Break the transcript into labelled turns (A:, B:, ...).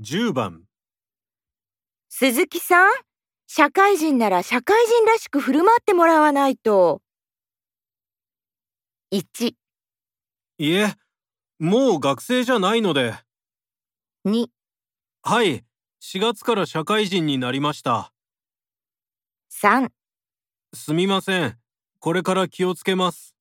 A: 10番
B: 鈴木さん、社会人なら社会人らしく振る舞ってもらわないと。1、
A: いえもう学生じゃないので
B: 2、
A: はい4月から社会人になりました
B: 3。
A: すみませんこれから気をつけます